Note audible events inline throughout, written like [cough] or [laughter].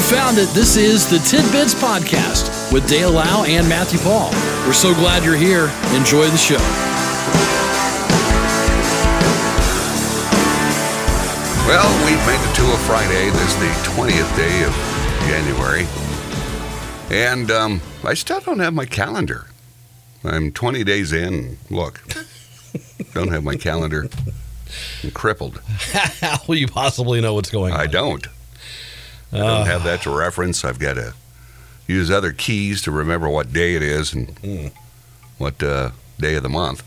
found it. This is the Tidbits Podcast with Dale Lau and Matthew Paul. We're so glad you're here. Enjoy the show. Well, we've made it to a Friday. This is the 20th day of January. And um, I still don't have my calendar. I'm 20 days in. Look, don't have my calendar. I'm crippled. [laughs] How will you possibly know what's going on? I don't. I don't have that to reference. I've got to use other keys to remember what day it is and what uh, day of the month.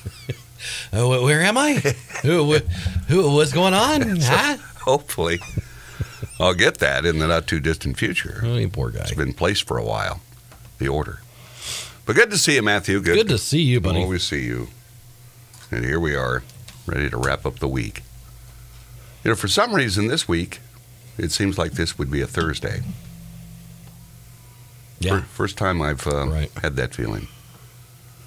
[laughs] Oh, wh- where am I? who, wh- who, what's going [laughs] on? huh? Hopefully, I'll get that in the not too distant future. Oh, you poor guy. It's been placed for a while, the order. But good to see you, Matthew. Good, Good to see you, buddy. Always see you. And here we are, ready to wrap up the week. You know, for some reason this week, it seems like this would be a Thursday. Yeah. Fir- First time I've um, Right. had that feeling.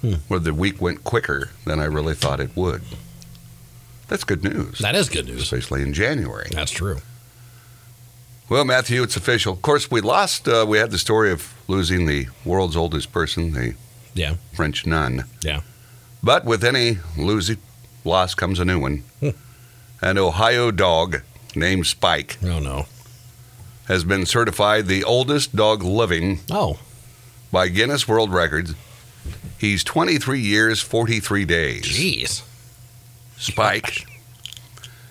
Hmm. Where the week went quicker than I really thought it would. That's good news, That is good news. especially in January. That's true. Well, Matthew, it's official. Of course, we lost, uh, we had the story of losing the world's oldest person, the Yeah. French nun. Yeah. But with any lose loss comes a new one. Hmm. An Ohio dog named Spike Oh, no. has been certified the oldest dog living Oh, by Guinness World Records. He's 23 years, 43 days. jeez. Spike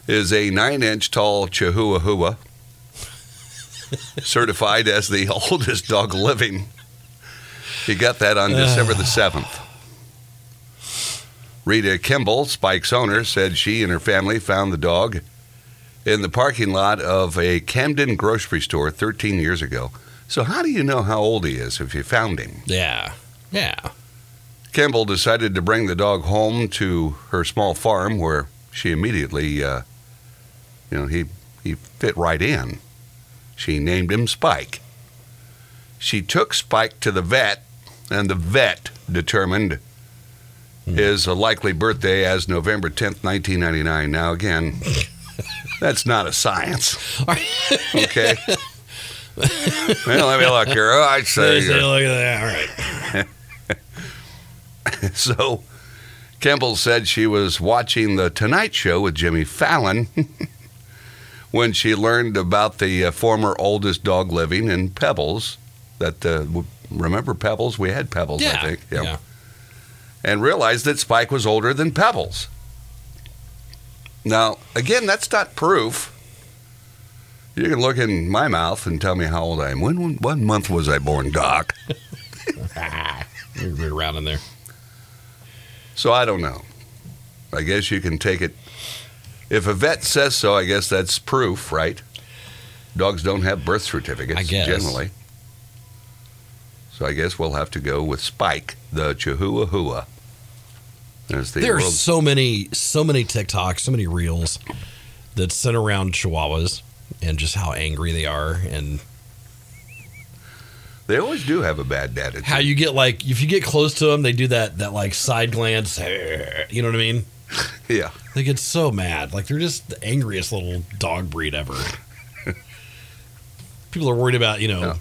is a nine inch tall Chihuahua, certified as the [laughs] oldest dog living. He got that on December the 7th. Rita Kimball, Spike's owner, said she and her family found the dog in the parking lot of a Camden grocery store 13 years ago. So, how do you know how old he is if you found him? Yeah. Yeah. [laughs] Kimball decided to bring the dog home to her small farm, where she immediately, uh, you know, he he fit right in. She named him Spike. She took Spike to the vet, and the vet determined his likely birthday as November tenth, nineteen ninety nine. Now again, that's not a science, okay? well, let me look here. Oh, I [laughs] say. Seriously, look at that. All right. [laughs] So Kimball said she was watching The Tonight Show with Jimmy Fallon [laughs] when she learned about the uh, former oldest dog living in Pebbles. That uh, w- remember Pebbles? We had Pebbles, Yeah. I think. Yeah. And realized that Spike was older than Pebbles. Now, again, that's not proof. You can look in my mouth and tell me how old I am. When, when what month was I born, Doc? [laughs] You're, you're around in there. So I don't know. I guess you can take it. If a vet says so, I guess that's proof, right? Dogs don't have birth certificates I guess. generally. So I guess we'll have to go with Spike, the Chihuahua. As the There's world's- so many, so many TikToks, so many reels that sit around chihuahuas and just how angry they are and they always do have a bad attitude. how you get like if you get close to them they do that that like side glance [laughs] you know what i mean yeah. they get so mad like they're just the angriest little dog breed ever people are worried about you know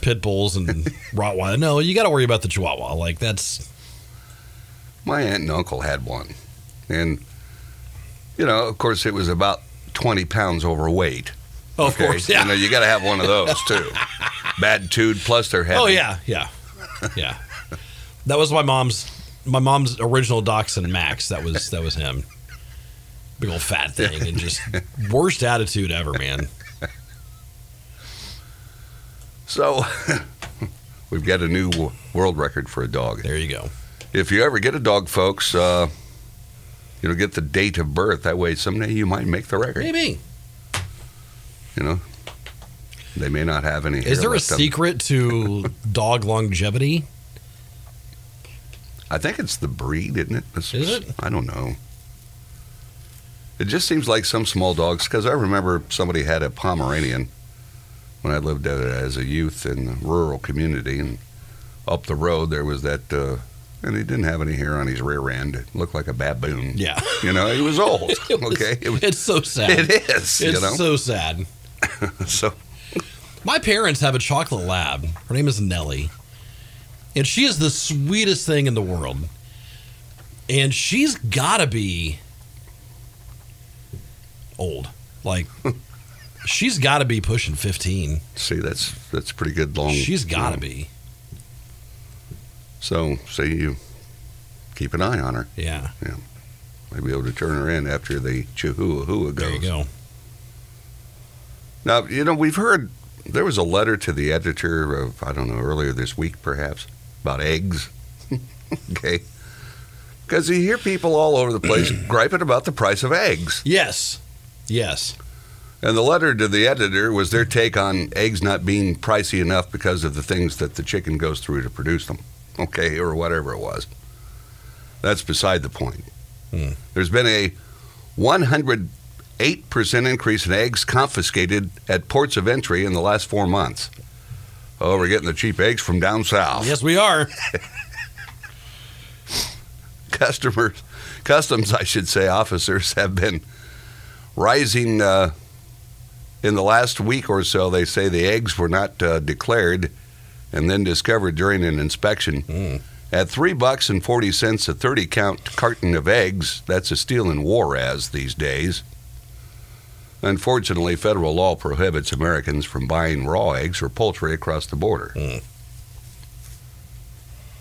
pit bulls and [laughs] rottweiler no you got to worry about the chihuahua like that's My aunt and uncle had one. And, you know, of course, it was about 20 pounds overweight. oh, of course yeah You know, you got to have one of those, too. [laughs] Bad tude, plus they're heavy. oh yeah yeah yeah that was my mom's my mom's original dachshund max that was that was him big old fat thing and just worst attitude ever man So [laughs] we've got a new w- world record for a dog. there you go If you ever get a dog, folks, uh, you know, get the date of birth. That way, someday you might make the record. maybe You know, they may not have any. Is here there a left on- secret to dog longevity? I think it's the breed, isn't it? It's- Is it? I don't know. It just seems like some small dogs. Because I remember somebody had a Pomeranian when I lived uh, as a youth in a rural community, and up the road there was that, uh, and he didn't have any hair on his rear end. It looked like a [laughs] baboon. Yeah. You know, he was old. [laughs] It was- okay, it, was, It's so sad. it It's is. you know, so sad. so My parents have a chocolate lab. Her name is Nellie. And she is the sweetest thing in the world. And she's got to be old. [laughs] Like, she's got to be pushing 15. See, that's that's pretty good long. She's got to you know. be. So, so you keep an eye on her. Yeah. Might be able to turn her in after the Chihuahua goes. There you go. Now, you know, we've heard there was a letter to the editor of, I don't know, earlier this week perhaps, about eggs. [laughs] okay. Because you hear people all over the place [clears throat] griping about the price of eggs. Yes. Yes. And the letter to the editor was their take on eggs not being pricey enough because of the things that the chicken goes through to produce them. Okay, or whatever it was. That's beside the point. Hmm. There's been a 108% increase in eggs confiscated at ports of entry in the last four months. Oh, we're getting the cheap eggs from down south. Yes, we are. Customers, customs, I should say, officers have been rising uh, in the last week or so. They say the eggs were not uh, declared and then discovered during an inspection. Mm. At three bucks and forty cents a thirty count carton of eggs, that's a steal in Juarez these days. Unfortunately, federal law prohibits Americans from buying raw eggs or poultry across the border. Mm.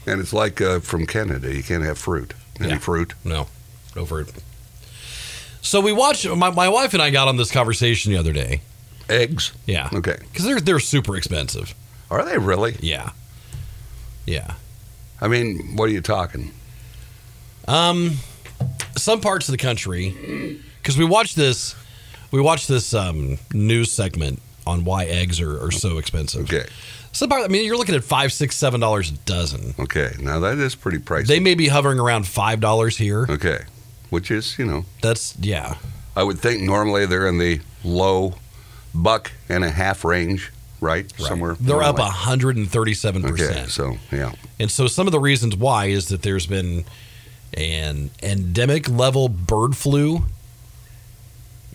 And it's like uh, from Canada, you can't have fruit. Any Yeah. fruit? No, no fruit. So we watched. My, my wife and I got on this conversation the other day. Eggs? Yeah, Okay. because they're they're super expensive. Are they really? Yeah, yeah. I mean, what are you talking? Um, some parts of the country, because we watched this, we watched this um, news segment on why eggs are, are so expensive. Okay. Some part, I mean, you're looking at five, six, seven dollars a dozen. Okay. Now that is pretty pricey. They may be hovering around five dollars here. okay. Which is, you know, That's yeah, I would think normally they're in the low buck and a half range, right? Somewhere. They're around up hundred and thirty-seven like- percent. Okay. So, yeah. And so some of the reasons why is that there's been an endemic level bird flu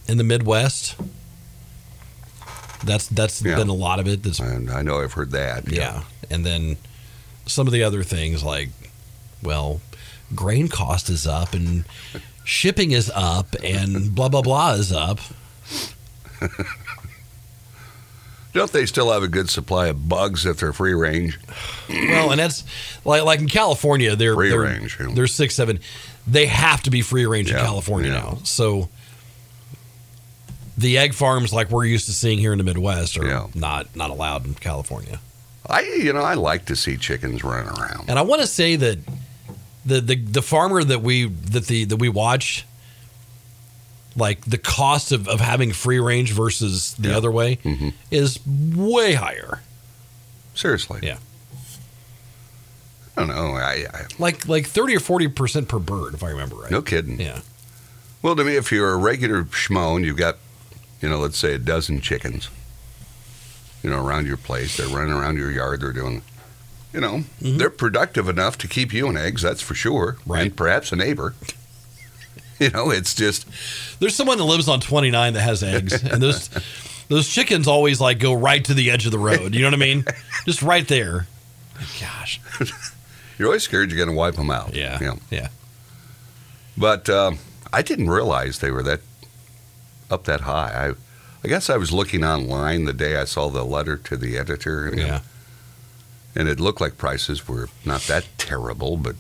in the Midwest. That's that's Yeah. been a lot of it. That's yeah. And I know I've heard that. And then some of the other things like well, grain cost is up and shipping is up and blah blah blah is up. Don't they still have a good supply of bugs if they're free range? Well, and that's like like in California, they're Free they're, range, yeah. They're six seven. They have to be free range Yeah, in California yeah. now. So the egg farms like we're used to seeing here in the Midwest are Yeah. not not allowed in California. I, you know, I like to see chickens running around. And I want to say that the, the the farmer that we that the that we watch, like the cost of, of having free range versus the Yeah. other way, Mhm. is way higher. Seriously. Yeah. I don't know. I, I Like like thirty or forty percent per bird, if I remember right. no kidding. Yeah. Well, to me, if you're a regular schmo and you've got, you know, let's say a dozen chickens, you know, around your place, they're running around your yard, they're doing, you know, Mhm. they're productive enough to keep you and eggs, that's for sure, Right. and perhaps a neighbor. [laughs] You know, it's just There's someone that lives on 29 that has eggs, and [laughs] those those chickens always like go right to the edge of the road. You know what I mean? Just right there. Gosh. you're always scared you're going to wipe them out. Yeah. You Yeah. know. But um, I didn't realize they were that up that high. I, I guess I was looking online the day I saw the letter to the editor, and, Yeah. and it looked like prices were not that terrible. But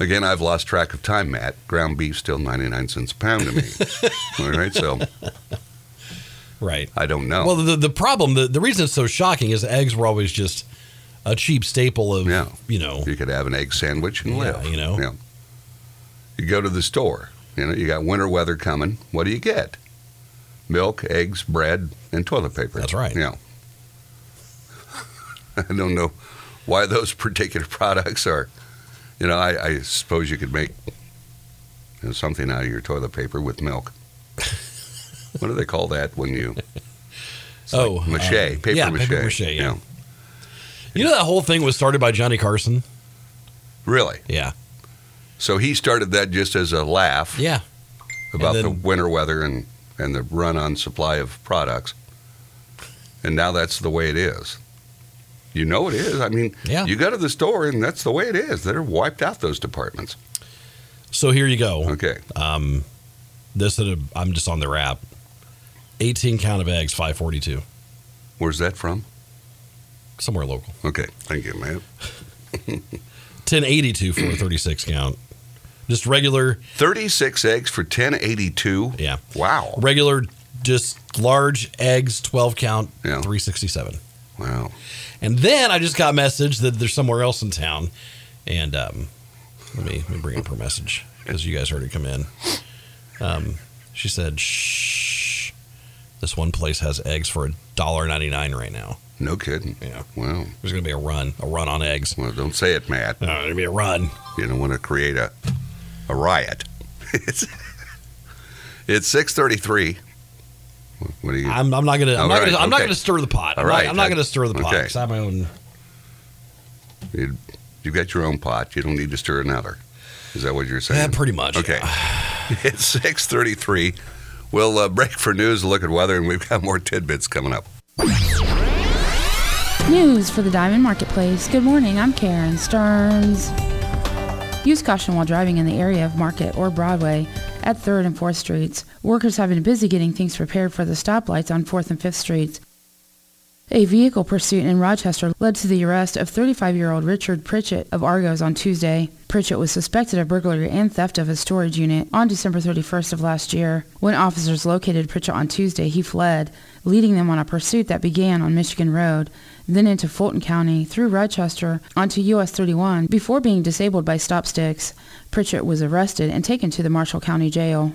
again, I've lost track of time. Matt, ground beef still ninety nine cents a pound to me. All right, so Right. I don't know. Well, the the problem, the, the reason it's so shocking is eggs were always just a cheap staple of Yeah. you know you could have an egg sandwich and Yeah, live. you know. Yeah. You go to the store. You know, you got winter weather coming. What do you get? Milk, eggs, bread, and toilet paper. That's right. Yeah. [laughs] I don't know why those [laughs] particular products are. You know, I, I suppose you could make you know, something out of your toilet paper with milk. what do they call that when you oh mache uh, paper yeah, mache? paper mache, yeah. you know that whole thing was started by Johnny Carson. Really? Yeah. So he started that just as a laugh. Yeah. about And the then- winter weather and, and the run on supply of products. and now that's the way it is. You know it is. I mean, Yeah. you go to the store and that's the way it is. They're wiped out those departments. So here you go. Okay. Um, this that I'm just on the wrap. 18 count of eggs, 542, Where's that from? somewhere local. Okay. Thank you, man. 1082 for a 36 count. Just regular, 36 eggs for 1082. yeah, Wow. regular, just large eggs, 12 count, Yeah. 367. Wow. And then I just got a message that they're somewhere else in town. And um, let me let me bring up her message because you guys heard it come in. Um, she said, "Shh, this one place has eggs for a dollar ninety nine right now. No kidding. Yeah, Wow. there's gonna be a run, a run on eggs. Well, don't say it, Matt. Uh, there's gonna be a run. You don't want to create a a riot. [laughs] it's it's 6:33. What do you? I'm, I'm not gonna I'm All not right, gonna I'm not okay. gonna stir the pot. All I'm not- right, I'm not I- gonna stir the pot. okay. 'cause I have my own. You, you've got your own pot. You don't need to stir another. Is that what you're Yeah, saying? pretty much. Okay. [sighs] it's 6:33. We'll uh, break for news, a look at weather, and we've got more tidbits coming up. News for the Diamond Marketplace. Good morning, I'm Karen Stearns. Use caution while driving in the area of Market or Broadway at 3rd and 4th Streets. Workers have been busy getting things prepared for the stoplights on 4th and 5th Streets. A vehicle pursuit in Rochester led to the arrest of 35 year old Richard Pritchett of Argos on Tuesday. Pritchett was suspected of burglary and theft of a storage unit on December 31st of last year. When officers located Pritchett on Tuesday, he fled, leading them on a pursuit that began on Michigan Road, then into Fulton County through Rochester onto US 31 before being disabled by stop sticks. Pritchett was arrested and taken to the Marshall County Jail.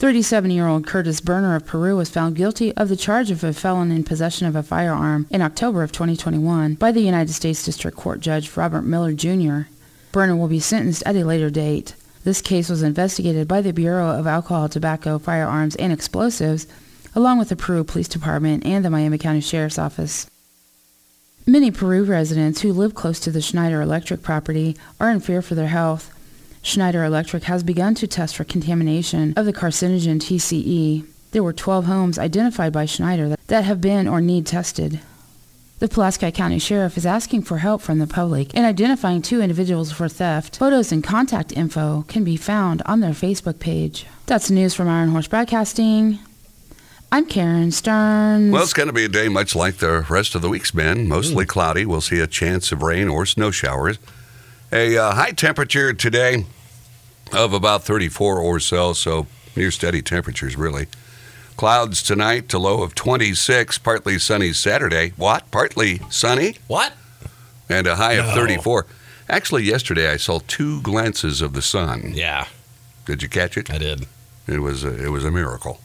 37-year-old Curtis Berner of Peru was found guilty of the charge of a felon in possession of a firearm in October of 2021 by the United States District Court Judge Robert Miller Jr. Berner will be sentenced at a later date. This case was investigated by the Bureau of Alcohol, Tobacco, Firearms, and Explosives, along with the Peru Police Department and the Miami County Sheriff's Office. Many Peru residents who live close to the Schneider Electric property are in fear for their health. Schneider Electric has begun to test for contamination of the carcinogen TCE. There were 12 homes identified by Schneider that- that have been or need tested. The Pulaski County Sheriff is asking for help from the public in identifying two individuals for theft. Photos and contact info can be found on their Facebook page. That's news from Iron Horse Broadcasting. I'm Karen Mm. Stearns. Well, it's going to be a day much like the rest of the week's been. Mostly cloudy. We'll see a chance of rain or snow showers. A uh, high temperature today of about 34 or so, so near steady temperatures, really. Clouds tonight to low of 26, partly sunny Saturday. What? Partly sunny What? and a high No. of 34. Actually, yesterday I saw two glances of the sun. Yeah, Did you catch it? I did. It was a, it was a miracle.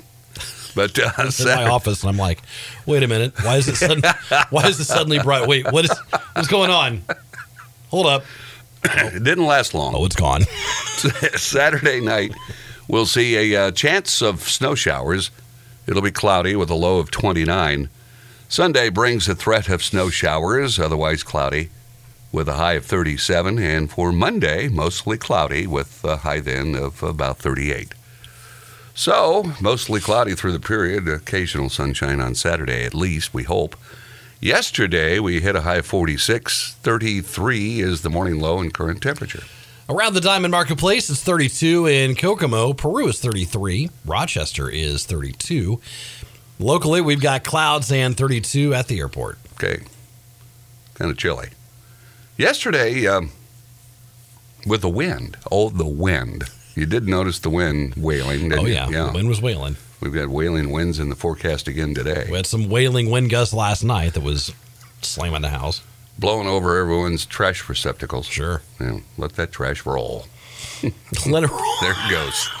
[laughs] [laughs] but uh, in my Saturday, office and I'm like, wait a minute, why is it [laughs] sudden, why is it suddenly bright? Wait, what is what's going on? Hold up. it didn't last long. Oh, it's gone. [laughs] Saturday night, we'll see a uh, chance of snow showers. It'll be cloudy with a low of 29. Sunday brings the threat of snow showers, otherwise cloudy, with a high of 37. And for Monday, mostly cloudy with a high then of about 38. So, mostly cloudy through the period, occasional sunshine on Saturday at least, we hope. Yesterday, we hit a high of 46. 33 is the morning low and current temperature. Around the Diamond Marketplace, it's 32 in Kokomo. Peru is 33. Rochester is 32. Locally, we've got clouds and 32 at the airport. Okay. Kind of chilly. Yesterday, um, with the wind, oh, the wind. You did notice the wind wailing, didn't Oh you? yeah, the wind was wailing. We've got wailing winds in the forecast again today. We had some wailing wind gusts last night that was slamming the house. Blowing over everyone's trash receptacles. Sure, Yeah, let that trash roll. [laughs] let it roll. There it goes. [laughs]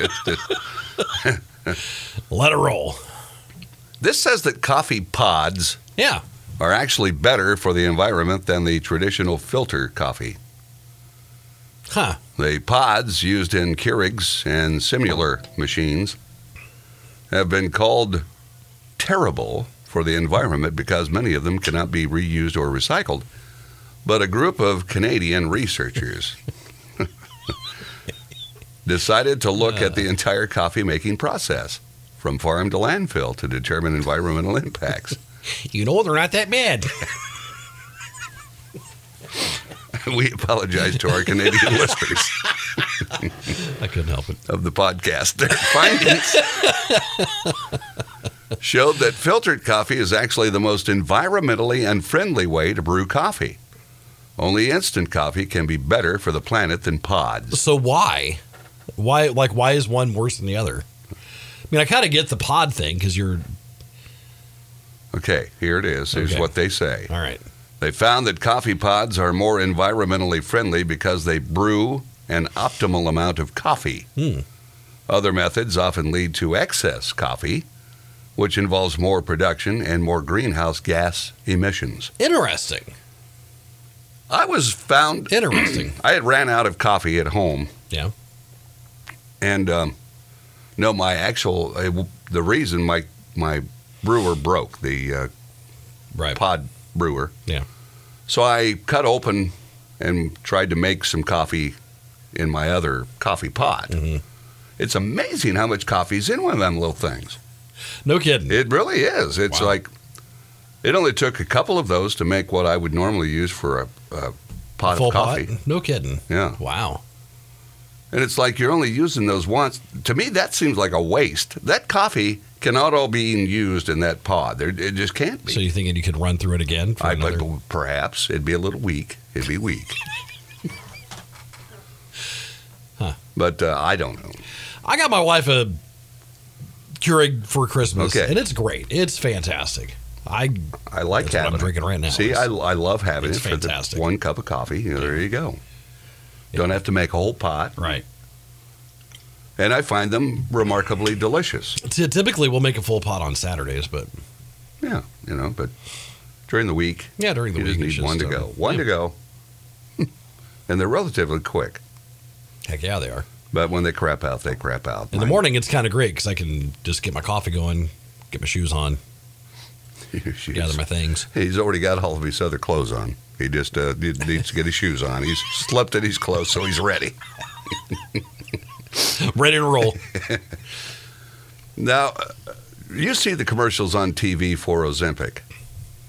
It's just- Let it roll. this says that coffee pods Yeah, are actually better for the environment than the traditional filter coffee. huh? The pods used in Keurigs and similar machines have been called terrible for the environment because many of them cannot be reused or recycled. But a group of Canadian researchers [laughs] decided to look at the entire coffee making process from farm to landfill to determine environmental impacts. [laughs] You know they're not that [laughs] bad. we apologize to our Canadian listeners I couldn't help it. of the podcast. Their findings showed that filtered coffee is actually the most environmentally unfriendly way to brew coffee. Only instant coffee can be better for the planet than pods. So why? Why like why is one worse than the other? I mean, I kind of get the pod thing because you're Okay, here it is. Here's Okay. what they say. all right. They found that coffee pods are more environmentally friendly because they brew an optimal amount of coffee. Hmm. Other methods often lead to excess coffee, which involves more production and more greenhouse gas emissions. Interesting. I was found, [clears throat] Interesting. I had ran out of coffee at home. Yeah. And um, no, my actual, uh, the reason my, my brewer broke, the uh, right. pod brewer. Yeah. So I cut open and tried to make some coffee in my other coffee pot. Mhm. It's amazing how much coffee's in one of them little things. No kidding. It really is. It's Wow. like it only took a couple of those to make what I would normally use for a, a pot Full of coffee. pot. No kidding. Yeah, Wow. and it's like you're only using those once. To me, that seems like a waste. That coffee cannot all be used in that pod. There, it just can't be. So you thinking you could run through it again? For I, but another- perhaps it'd be a little weak. It'd be weak. [laughs] Huh. But uh, I don't know. I got my wife a Keurig for Christmas, Okay. and it's great. It's fantastic. I I like That's what I'm having it. drinking right now. See, I, I love having It's it for the fantastic. one cup of coffee. You know, There you go. Don't have to make a whole pot. right. And I find them remarkably delicious. Ty- Typically, we'll make a full pot on Saturdays, but Yeah, you know, but during the week, yeah, during the you week just it's need one to uh, go. One yeah. to go. and they're relatively quick. Heck yeah, they are. But when they crap out, they crap out. In the Mine- [laughs] morning, it's kind of great because I can just get my coffee going, get my shoes on, She's- gather my things. He's already got all of his other clothes on. He just uh, ne- needs to get his shoes on. He's slept in his clothes, so he's ready. Ready to roll. [laughs] Now, uh, you see the commercials on TV for Ozempic.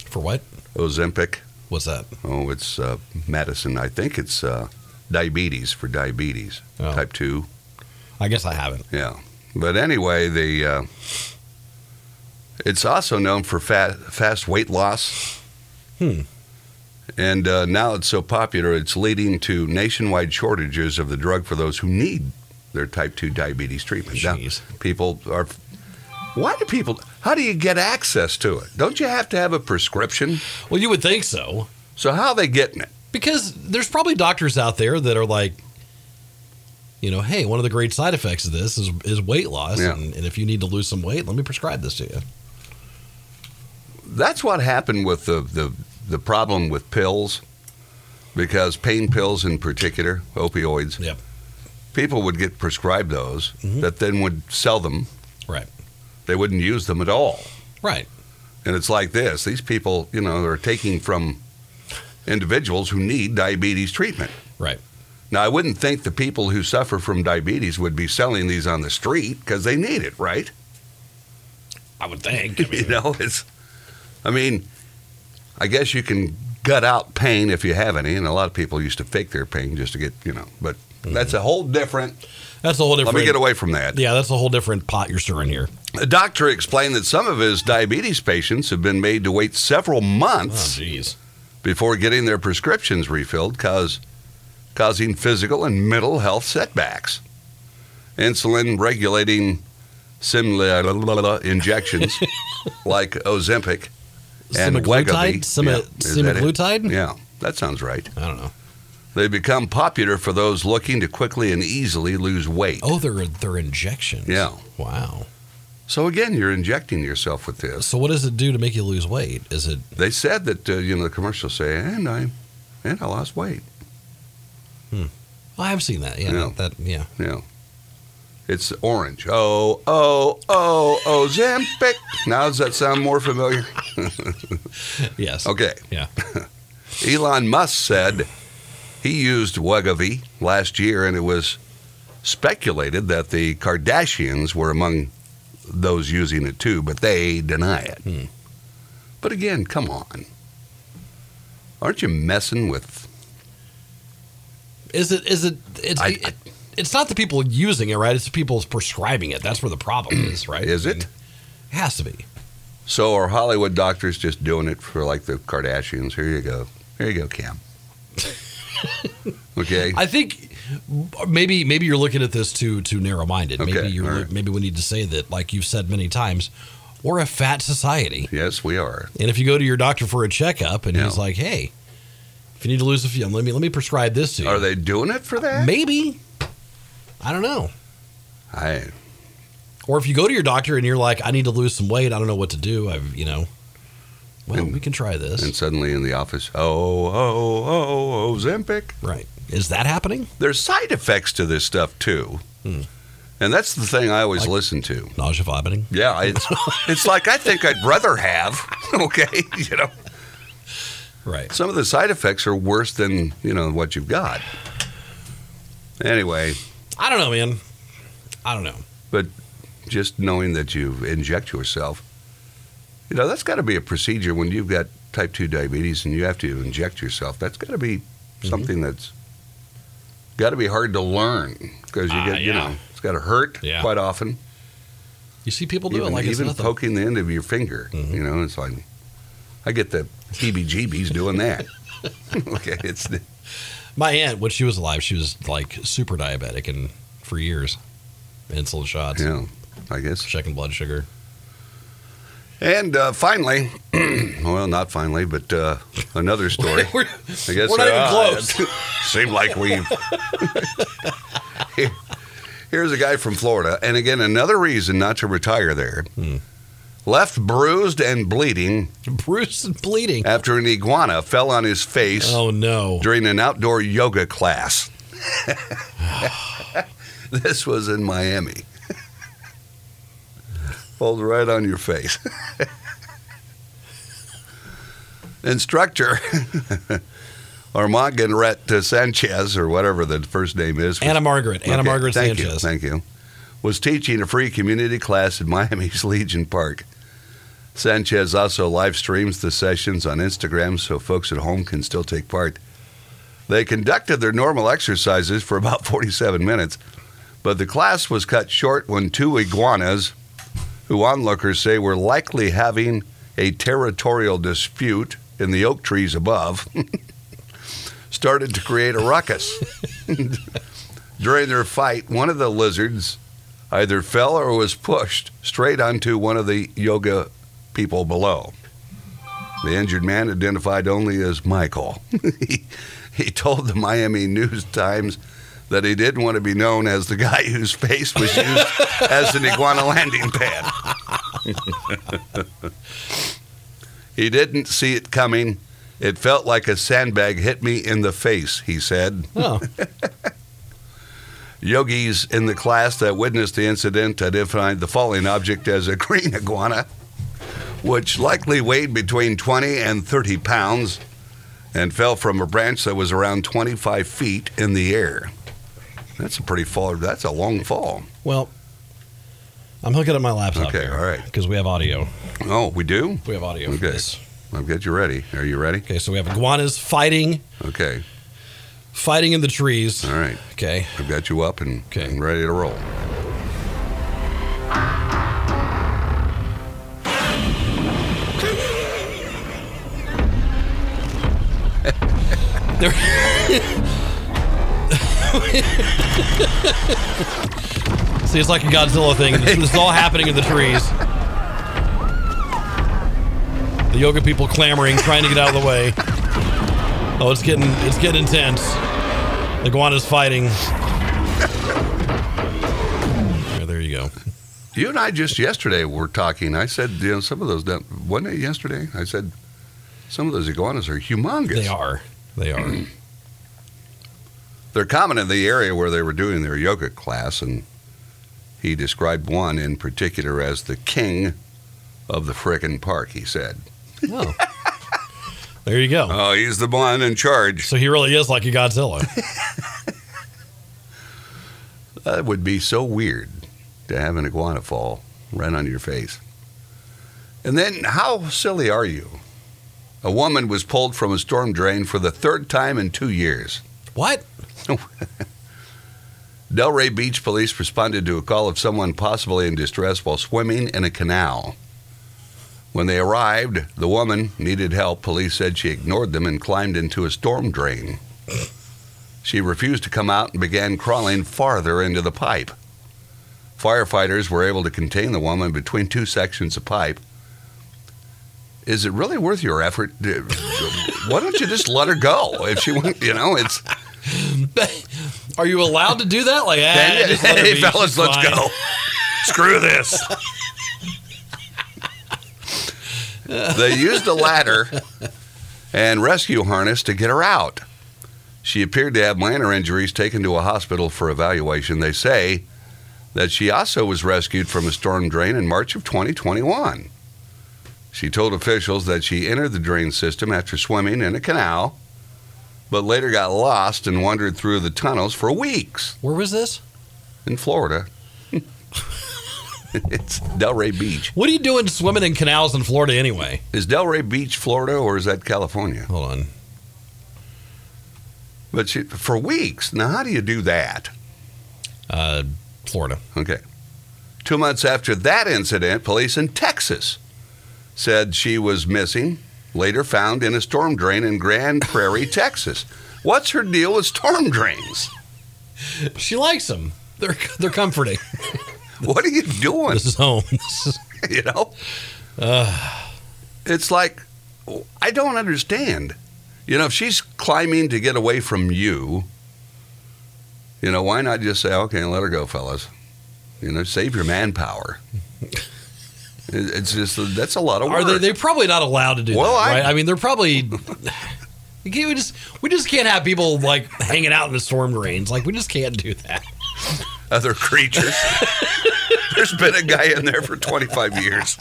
For what? Ozempic, What's that? oh, it's uh, medicine. I think it's uh, diabetes for diabetes, Oh. type 2. I guess I haven't. Yeah. But anyway, the uh, it's also known for fat, fast weight loss. Hmm. And uh, now it's so popular, it's leading to nationwide shortages of the drug for those who need their type 2 diabetes treatment. Now, Jeez. people are. Why do people. How do you get access to it? Don't you have to have a prescription? Well, you would think so So, how are they getting it? because there's probably doctors out there that are like, you know, hey, one of the great side effects of this is, is weight loss, Yeah. and, and if you need to lose some weight, let me prescribe this to you. That's what happened with the, the, the problem with pills, because pain pills in particular, opioids, Yep. people would get prescribed those Mhm. that then would sell them. Right. They wouldn't use them at all. Right. And it's like this these people, you know, are taking from individuals who need diabetes treatment. Right. Now, I wouldn't think the people who suffer from diabetes would be selling these on the street because they need it, right? I would think. I [laughs] You mean, know, it's, I mean, I guess you can gut out pain if you have any. And a lot of people used to fake their pain just to get, you know, but that's a whole different. That's a whole Let Mm-hmm. different. me get away from that. yeah, that's a whole different pot you're stirring [laughs] here. The doctor explained that some of his diabetes patients have been made to wait several Oh, months jeez. before getting their prescriptions refilled, cause, causing physical and mental health setbacks. Insulin regulating similar injections like Ozempic and Wegovy. Semaglutide? Sema- Yeah, is that it? semaglutide? Yeah, that sounds right. I don't know. They become popular for those looking to quickly and easily lose weight. Oh, they're they're injections. Yeah. Wow. So again, you're injecting yourself with this. So what does it do to make you lose weight? Is it they said that uh, you know the commercials say and I and I lost weight. oh, I have seen that. Yeah. No. That yeah. You know, it's orange. Oh oh oh Ozempic. now does that sound more familiar? Yes. Okay. Yeah. [laughs] Elon Musk said he used Wegovy last year, and it was speculated that the Kardashians were among those using it too, but they deny it. Hmm. But again, come on. Aren't you messing with? Is it? Is it? It's I- it- it's not the people using it, right? It's the people prescribing it. That's where the [clears throat] problem is, right? Is I mean, it? it has to be. So are Hollywood doctors just doing it for like the Kardashians? Here you go. Here you [laughs] go, Cam. okay. I think maybe maybe you're looking at this too too narrow minded. Okay, maybe you're all right. maybe we need to say that, like you've said many times, we're a fat society. yes, we are. And if you go to your doctor for a checkup and Yeah. he's like, "Hey, if you need to lose a few, let me let me prescribe this to you." Are they doing it for that? Maybe. I don't know. I Or if you go to your doctor and you're like, "I need to lose some weight. I don't know what to do. I've you know." Well, And- we can try this. and suddenly in the office, oh oh oh oh Zempic. right. Is that happening? There's side effects to this stuff too, and that's the thing I always listen to. Nausea, vomiting. Yeah, it's, it's like I think I'd rather have. [laughs] Okay, you know, Right. some of the side effects are worse than you know what you've got. Anyway, I don't know, man. I don't know. but just knowing that you inject yourself, you know, that's got to be a procedure when you've got type 2 diabetes and you have to inject yourself. That's got to be Mm-hmm. something that's got to be hard to learn because you Ah, get, you yeah. know, it's got to hurt Yeah. quite often. You see people do even it like it's even nothing. poking the end of your finger, Mm-hmm. you know, it's like, I get the heebie jeebies doing [laughs] that. okay, it's the, My aunt, when she was alive, she was like super diabetic and for years, insulin shots, you know, I guess. checking blood sugar. And uh, finally, [clears throat] well, not finally, but uh, another story. We're, [laughs] I guess we're not uh, even close. [laughs] Seemed like we've. Here's a guy from Florida, and again another reason not to retire there. Left bruised and bleeding Bruce is bleeding. after an iguana fell on his face Oh no! during an outdoor yoga class. [laughs] this was in Miami. [laughs] Falls right on your face. [laughs] Instructor [laughs] Armand Ganret Sanchez, or whatever the first name is. Anna Margaret, Anna Okay, Margaret thank Sanchez. You, thank you. Was teaching a free community class at Miami's [laughs] Legion Park. Sanchez also live streams the sessions on Instagram so folks at home can still take part. They conducted their normal exercises for about [laughs] 47 minutes, but the class was cut short when two iguanas, who onlookers say were likely having a territorial dispute in the oak trees above, [laughs] started to create a ruckus. During their fight, one of the lizards either fell or was pushed straight onto one of the yoga people below. The injured man, identified only as Michael, [laughs] he, he told the Miami News Times that he didn't want to be known as the guy whose face was used as an iguana landing pad. he didn't see it coming. It felt like a sandbag hit me in the face, he said. Oh, Yogis in the class that witnessed the incident identified the falling object as a [laughs] green iguana, which likely weighed between 20 and 30 pounds and fell from a branch that was around 25 feet in the air. That's a pretty fall. That's a long fall. well, I'm hooking up my laptop. Okay, all right. Because we have audio. Oh, we do? We have audio. For Okay. this. I've got you ready. Are you ready? Okay. So we have iguanas fighting, Okay. fighting in the trees. All right. Okay. I've got you up and, Okay. and ready to roll. There- [laughs] See, it's like a Godzilla thing. This, this is all happening in the trees. The yoga people clamoring, trying to get out of the way. Oh, it's getting it's getting intense. The iguana's fighting. Yeah, there you go. You and I just yesterday were talking. I said, you know, some of those, wasn't it yesterday? I said, some of those iguanas are humongous. They are. They are. They're common in the area where they were doing their yoga class, and he described one in particular as the king of the frickin' park, he said. Oh. There you go. Oh, he's the one in charge. So he really is like a Godzilla. That would be so weird to have an iguana fall right onto your face. And then, how silly are you? A woman was pulled from a storm drain for the third time in two years. What? Delray Beach police responded to a call of someone possibly in distress while swimming in a canal. When they arrived, the woman needed help. Police said she ignored them and climbed into a storm drain. She refused to come out and began crawling farther into the pipe. Firefighters were able to contain the woman between two sections of pipe. Is it really worth your effort? [laughs] Why don't you just let her go? If she, went- you know, it's [laughs] Are you allowed to do that? Like, ah, just let her hey, be. fellas, She's let's fine. go. Screw this. they used a ladder and rescue harness to get her out. She appeared to have minor injuries taken to a hospital for evaluation. They say that she also was rescued from a storm drain in March of 2021. She told officials that she entered the drain system after swimming in a canal, but later got lost and wandered through the tunnels for weeks Where was this? in Florida. it's Delray Beach. What are you doing swimming in canals in Florida anyway? Is Delray Beach Florida or is that California? Hold on. But she, for weeks. Now, how do you do that? Uh, Florida. Okay. Two months after that incident, police in Texas said she was missing, later found in a storm drain in Grand Prairie, [laughs] Texas. What's her deal with storm drains? She likes them. They're they're comforting. What are you doing? this is home. [laughs] This is- [laughs] you know? it's like, I don't understand. You know, if she's climbing to get away from you, you know, why not just say, okay, let her go, fellas? You know, save [laughs] your manpower. It- it's just, that's a lot of work. are they? They're probably not allowed to do Well, that, I- right? I mean, they're probably. You can't- We just we just can't have people like hanging out in the storm drains. Like we just can't do that. [laughs] Other creatures. [laughs] There's been a guy in there for 25 years.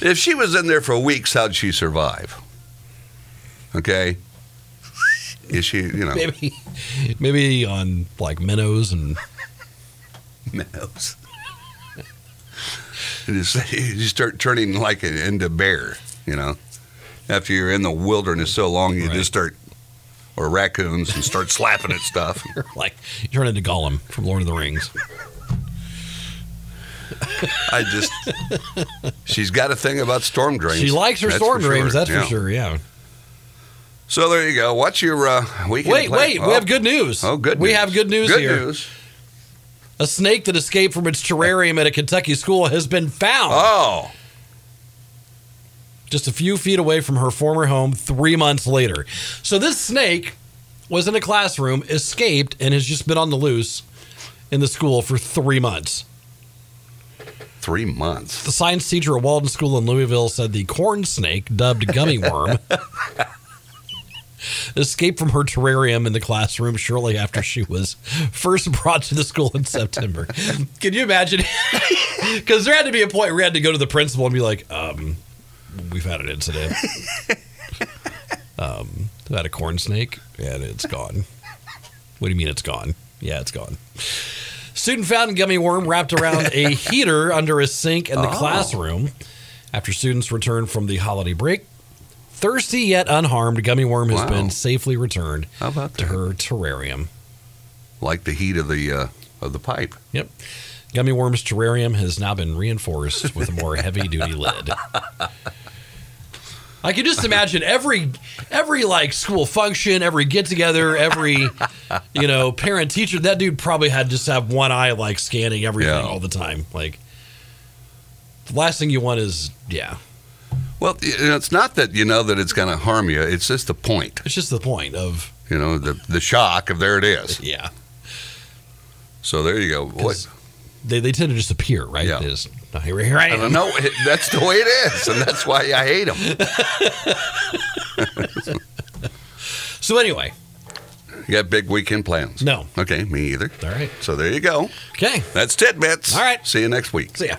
if she was in there for weeks, how'd she survive? Okay. Is she, you know. Maybe maybe on like minnows and minnows. [laughs] you, just, you just start turning like an- into bear, you know. After you're in the wilderness so long, you Right. just start, or raccoons, and start slapping at stuff. like you turn into Gollum from Lord of the Rings. [laughs] I just, she's got a thing about storm drains. She likes her That's storm for drains. sure, That's yeah. for sure. Yeah. So there you go. What's your uh, weekend? Wait, plan? wait. Oh. We have good news. Oh, good. We news. have good news Good here. news. A snake that escaped from its terrarium at a Kentucky school has been found. Oh, just a few feet away from her former home three months later. So this snake was in a classroom, escaped, and has just been on the loose in the school for three months. three months. The science teacher at Walden School in Louisville said the corn snake, dubbed gummy worm, [laughs] escaped from her terrarium in the classroom shortly after she was first brought to the school in September. Can you imagine? [laughs] Because there had to be a point where we had to go to the principal and be like, um, we've had an incident. um, we had a corn snake and it's gone. [laughs] What do you mean it's gone? Yeah, it's gone. Student found gummy worm wrapped around [laughs] a heater under a sink in the classroom after students returned from the holiday break. Thirsty yet unharmed, gummy worm has Wow. been safely returned How about to that? her terrarium. Like the heat of the uh, of the pipe. Yep. Gummy worm's terrarium has now been reinforced with a more heavy duty lid. I can just imagine every every like school function, every get together, every you know parent teacher. That dude probably had just have one eye like scanning everything Yeah. all the time. Like the last thing you want is yeah. Well, you know, it's not that you know that it's going to harm you. It's just the point. It's just the point of you know the the shock of there it is yeah. so there you go what 'Cause They they tend to just appear right. Yeah. They just, "Oh, here, here I i am. don't know [laughs] It- that's the way it is and that's why i hate them So anyway, you got big weekend plans No. okay me either all right. so there you go Okay. that's tidbits All right. see you next week So yeah.